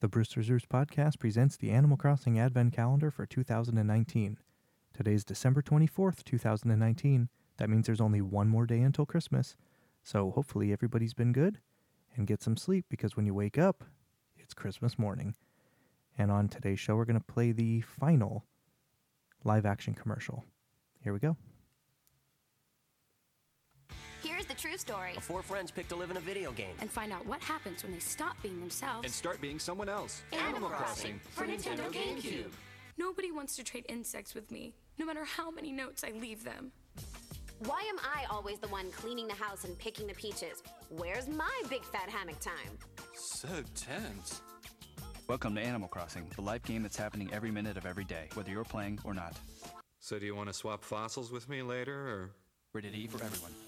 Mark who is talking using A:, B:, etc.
A: The Brewster's Roost podcast presents the Animal Crossing Advent Calendar for 2019. Today's December 24th, 2019. That means there's only one more day until Christmas. So hopefully everybody's been good and get some sleep because when you wake up, it's Christmas morning. And on today's show, we're going to play the final live action commercial. Here we go.
B: Here's the true story.
C: Four friends pick to live in a video game.
D: and find out what happens when they stop being themselves.
E: and start being someone else.
B: Animal Crossing
C: for Nintendo GameCube.
D: Nobody wants to trade insects with me, no matter how many notes I leave them.
B: Why am I always the one cleaning the house and picking the peaches? Where's my big fat hammock time?
E: So tense. Welcome to Animal Crossing, the live game that's happening every minute of every day, whether you're playing or not.
F: So do you want to swap fossils with me later, or
E: Rated E for everyone.